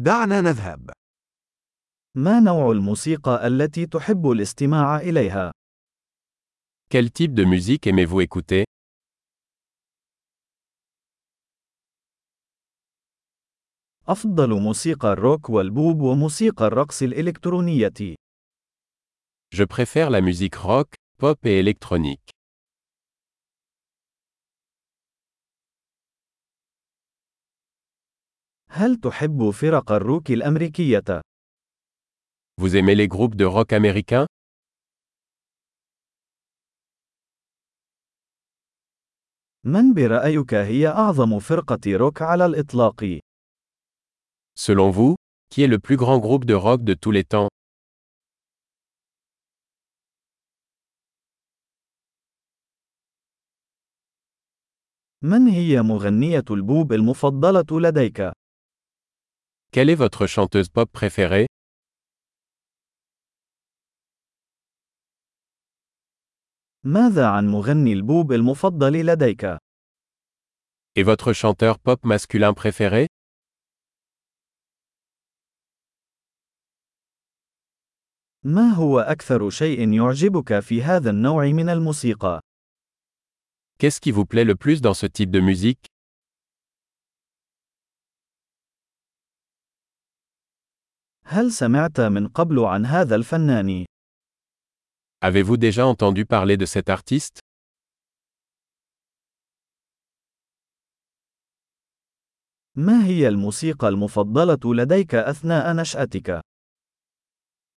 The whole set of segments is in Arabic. دعنا نذهب. ما نوع الموسيقى التي تحب الاستماع إليها؟ Quel type de musique aimez-vous écouter أفضل موسيقى الروك والبوب وموسيقى الرقص الإلكترونية. Je préfère la musique rock, pop et électronique. هل تحب فرق الروك الأمريكية؟ Vous aimez les groupes de rock américains من برأيك هي أعظم فرقة روك على الإطلاق؟ Selon vous, qui est le plus grand groupe de rock de tous les temps من هي مغنية البوب المفضلة لديك؟ Quelle est votre chanteuse pop préférée ماذا عن مغني البوب المفضل لديك؟ Et votre chanteur pop masculin préféré ما هو أكثر شيء يعجبك في هذا النوع من الموسيقى؟ Qu'est-ce qui vous plaît le plus dans ce type de musique هل سمعت من قبل عن هذا الفنان؟ Avez-vous déjà entendu parler de cet artiste ما هي الموسيقى المفضلة لديك أثناء نشأتك؟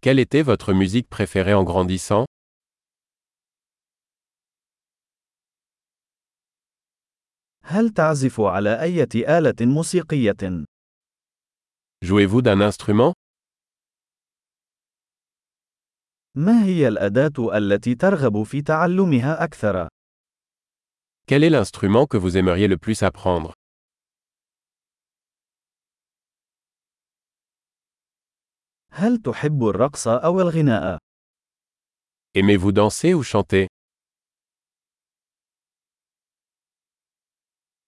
Quelle était votre musique préférée en grandissant هل تعزف على أية آلة موسيقية؟ Jouez-vous d'un instrument ما هي الأداة التي ترغب في تعلمها أكثر؟ Quel est l'instrument que vous aimeriez le plus apprendre هل تحب الرقص أو الغناء؟ Aimez-vous danser ou chanter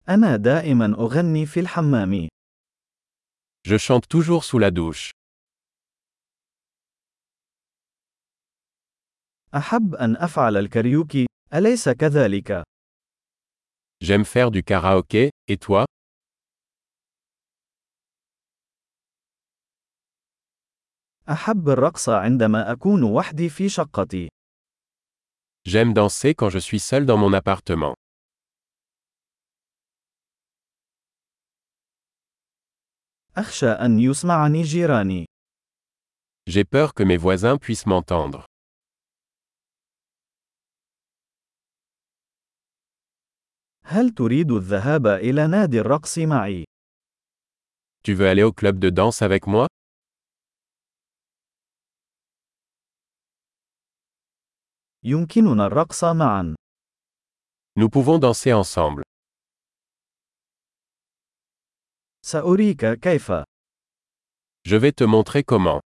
أنا دائما أغني في الحمام. Je chante toujours sous la douche. أحب أن أفعل الكاريوكي، أليس كذلك؟ J'aime faire du karaoké, et toi أحب الرقص عندما أكون وحدي في شقتي. J'aime danser quand je suis seul dans mon appartement. أخشى أن يسمعني جيراني. J'ai peur que mes voisins puissent m'entendre. هل تريد الذهاب إلى نادي الرقص معي؟ Tu veux aller au club de danse avec moi يمكننا الرقص معا. Nous pouvons danser ensemble. سأريك كيف. Je vais te montrer comment.